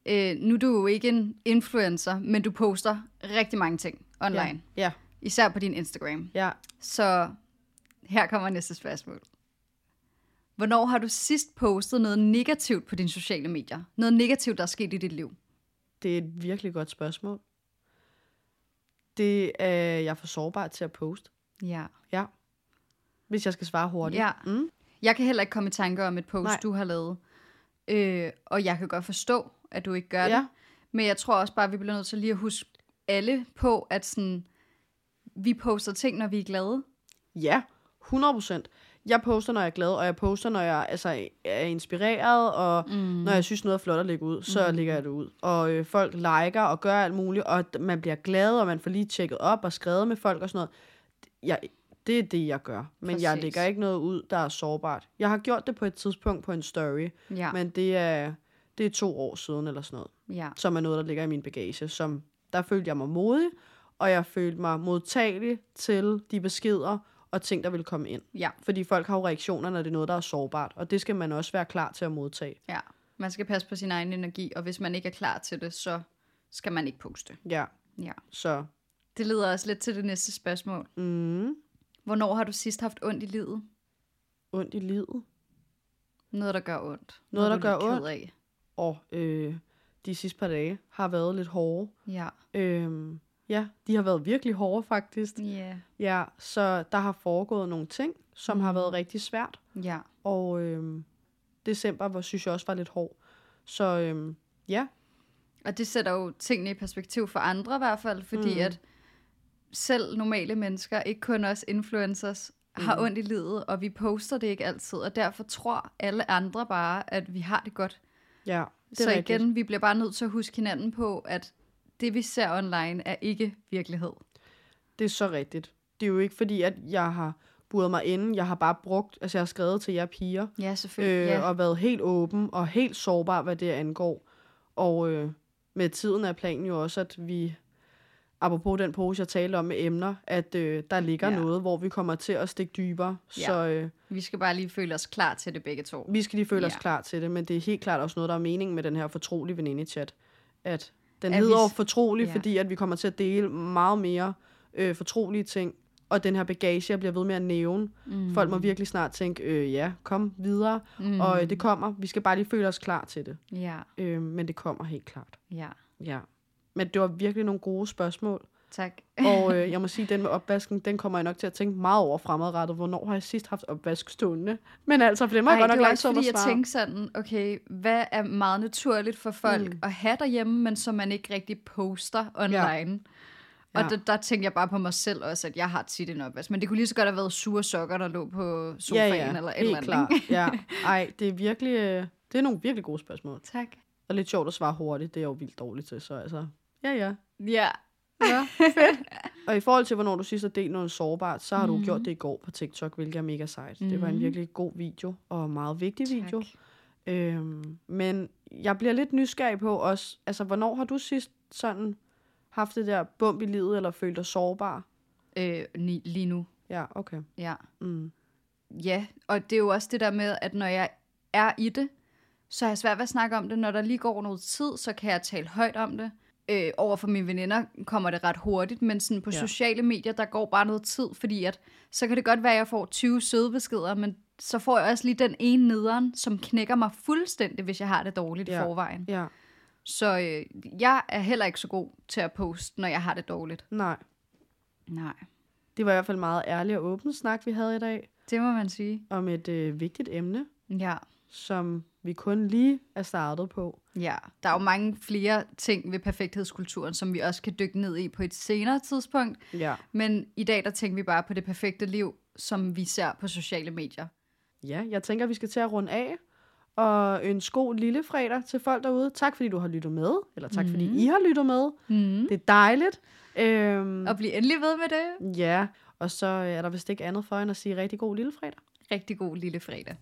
Øh, nu er du jo ikke en influencer, men du poster rigtig mange ting online. Ja.
Ja.
Især på din Instagram.
Ja.
Så her kommer næste spørgsmål. Hvornår har du sidst postet noget negativt på dine sociale medier? Noget negativt, der er sket i dit liv?
Det er et virkelig godt spørgsmål. Det er jeg er for sårbar til at poste.
Ja.
Ja. Hvis jeg skal svare hurtigt.
Ja.
Mm.
Jeg kan heller ikke komme i tanke om et post, Nej.
Nej.
du har lavet. Øh, og jeg kan godt forstå, at du ikke gør
Ja.
det. Men jeg tror også bare, at vi bliver nødt til lige at huske alle på, at sådan, vi poster ting, når vi er glade.
Ja, 100 procent. Jeg poster, når jeg er glad, og jeg poster, når jeg altså, er inspireret, og mm. når jeg synes, noget er flot at lægge ud, så mm. lægger jeg det ud. Og øh, folk liker og gør alt muligt, og d- man bliver glad, og man får lige tjekket op og skrevet med folk og sådan noget. Jeg, det er det, jeg gør. Men Præcis. jeg
Præcis.
lægger ikke noget ud, der er sårbart. Jeg har gjort det på et tidspunkt på en story,
Ja,
men det er, det er to år siden eller sådan noget
ja,
som er noget, der ligger i min bagage, som der følte jeg mig modig, og jeg følte mig modtagelig til de beskeder og ting, der vil komme ind.
ja,
Fordi folk har jo reaktioner, når det er noget, der er sårbart, og det skal man også være klar til at modtage.
ja. Man skal passe på sin egen energi, og hvis man ikke er klar til det, så skal man ikke poste.
Ja,
Ja.
så...
Det leder også lidt til det næste spørgsmål.
Mm,
Hvornår har du sidst haft ondt i livet?
ondt i livet.
Noget, der gør ondt.
Noget, der
du er lidt
gør
ked
ondt?
Af.
Og øh, de sidste par dage har været lidt hårde.
Ja.
Øhm, ja, de har været virkelig hårde faktisk.
Ja.
Ja, så der har foregået nogle ting, som mm. har været rigtig svært.
Ja.
Og øhm, december, hvor synes jeg også var lidt hård. Så øhm, ja,
Og det sætter jo tingene i perspektiv for andre i hvert fald, fordi mm. at selv normale mennesker, ikke kun os influencers, har ondt i livet, og vi poster det ikke altid, og derfor tror alle andre bare, at vi har det godt.
Ja,
Det så igen, vi bliver bare nødt til at huske hinanden på, at det vi ser online er ikke virkelighed.
Det er så rigtigt. Det er jo ikke fordi, at jeg har buret mig inde. Jeg har bare brugt, altså jeg har skrevet til jer piger,
Ja, selvfølgelig.
øh,
ja.
yeah. og været helt åben og helt sårbar, hvad det angår. Og øh, med tiden er planen jo også, at vi, apropos den pose, jeg talte om med emner, at øh, der ligger
Ja.
yeah. noget, hvor vi kommer til at stikke dybere.
Ja.
Yeah. Så øh,
Vi skal bare lige føle os klar til det begge to.
vi skal lige føle yeah.
Ja.
os klar til det, men det er helt klart også noget, der er mening med den her fortrolige veninde-chat. At den
At vi
hedder jo
s-
fortrolig,
Ja.
fordi at vi kommer til at dele meget mere øh, fortrolige ting, og den her bagage, jeg bliver ved med at nævne. Mm. Folk må virkelig snart tænke, øh, ja, kom videre, mm. og øh, det kommer. Vi skal bare lige føle os klar til det.
Ja,
Øh, men det kommer helt klart.
ja.
Ja. Men det var virkelig nogle gode
*laughs*
spørgsmål.
Tak.
Og øh, jeg må sige, den med opvasken, den kommer jeg nok til at tænke meget over fremadrettet. Hvornår har jeg sidst haft opvask stående? Men altså, for det må jeg
Ej,
godt
det
nok
var også
langsomt
fordi,
at
jeg
svare.
tænkte sådan, okay, hvad er meget naturligt for folk mm. at have derhjemme, men som man ikke rigtig poster online? Ja.
Ja.
Og der, der tænkte jeg bare på mig selv også, at jeg har tit en opvask. Men det kunne lige så godt have været sure sokker, der lå på sofaen eller et eller
helt
andet.
klart.
ikke? *laughs*
ja. Ej, det er virkelig... øh, Det er nogle virkelig gode spørgsmål.
Tak.
Og lidt sjovt at svare hurtigt, det er jeg jo vildt dårlig til, så altså... Ja, ja.
Ja.
ja fedt. Og i forhold til, hvornår du sidst har delt noget sårbart, så har
Mhm.
mm. du gjort det i går på TikTok, hvilket er mega sejt. Mm. Det var en virkelig god video, og en meget vigtig tak. video. Øhm, men jeg bliver lidt nysgerrig på også, altså hvornår har du sidst sådan haft det der bump i livet, eller følt dig sårbar?
Øh, ni- lige nu,
Ja, okay.
ja.
Mm.
Ja, og det er jo også det der med, at når jeg er i det, så har jeg svært ved at snakke om det. Når der lige går noget tid, så kan jeg tale højt om det. Øh, over for mine veninder kommer det ret hurtigt, men sådan på ja.
Ja.
sociale medier, der går bare noget tid, fordi at, så kan det godt være, at jeg får 20 søde beskeder, men så får jeg også lige den ene nederen, som knækker mig fuldstændig, hvis jeg har det dårligt ja.
Ja.
i forvejen.
Ja,
Så øh, jeg er heller ikke så god til at poste, når jeg har det dårligt.
nej.
Nej,
Det var i hvert fald meget ærlig og åben snak, vi havde i dag.
det må man sige.
om et øh, vigtigt emne,
Ja.
som vi kun lige er startet på.
Ja, der er jo mange flere ting ved perfekthedskulturen, som vi også kan dykke ned i på et senere tidspunkt.
Ja.
Men i dag, der tænker vi bare på det perfekte liv, som vi ser på sociale medier.
Ja, jeg tænker, vi skal til at runde af og ønske god lille fredag til folk derude. Tak fordi du har lyttet med, eller tak mm. fordi I har lyttet med.
Mm.
Det er dejligt. Øhm,
Og bliv endelig ved med det.
Ja, og så er der vist ikke andet for end at sige rigtig god lille fredag.
Rigtig god lille fredag.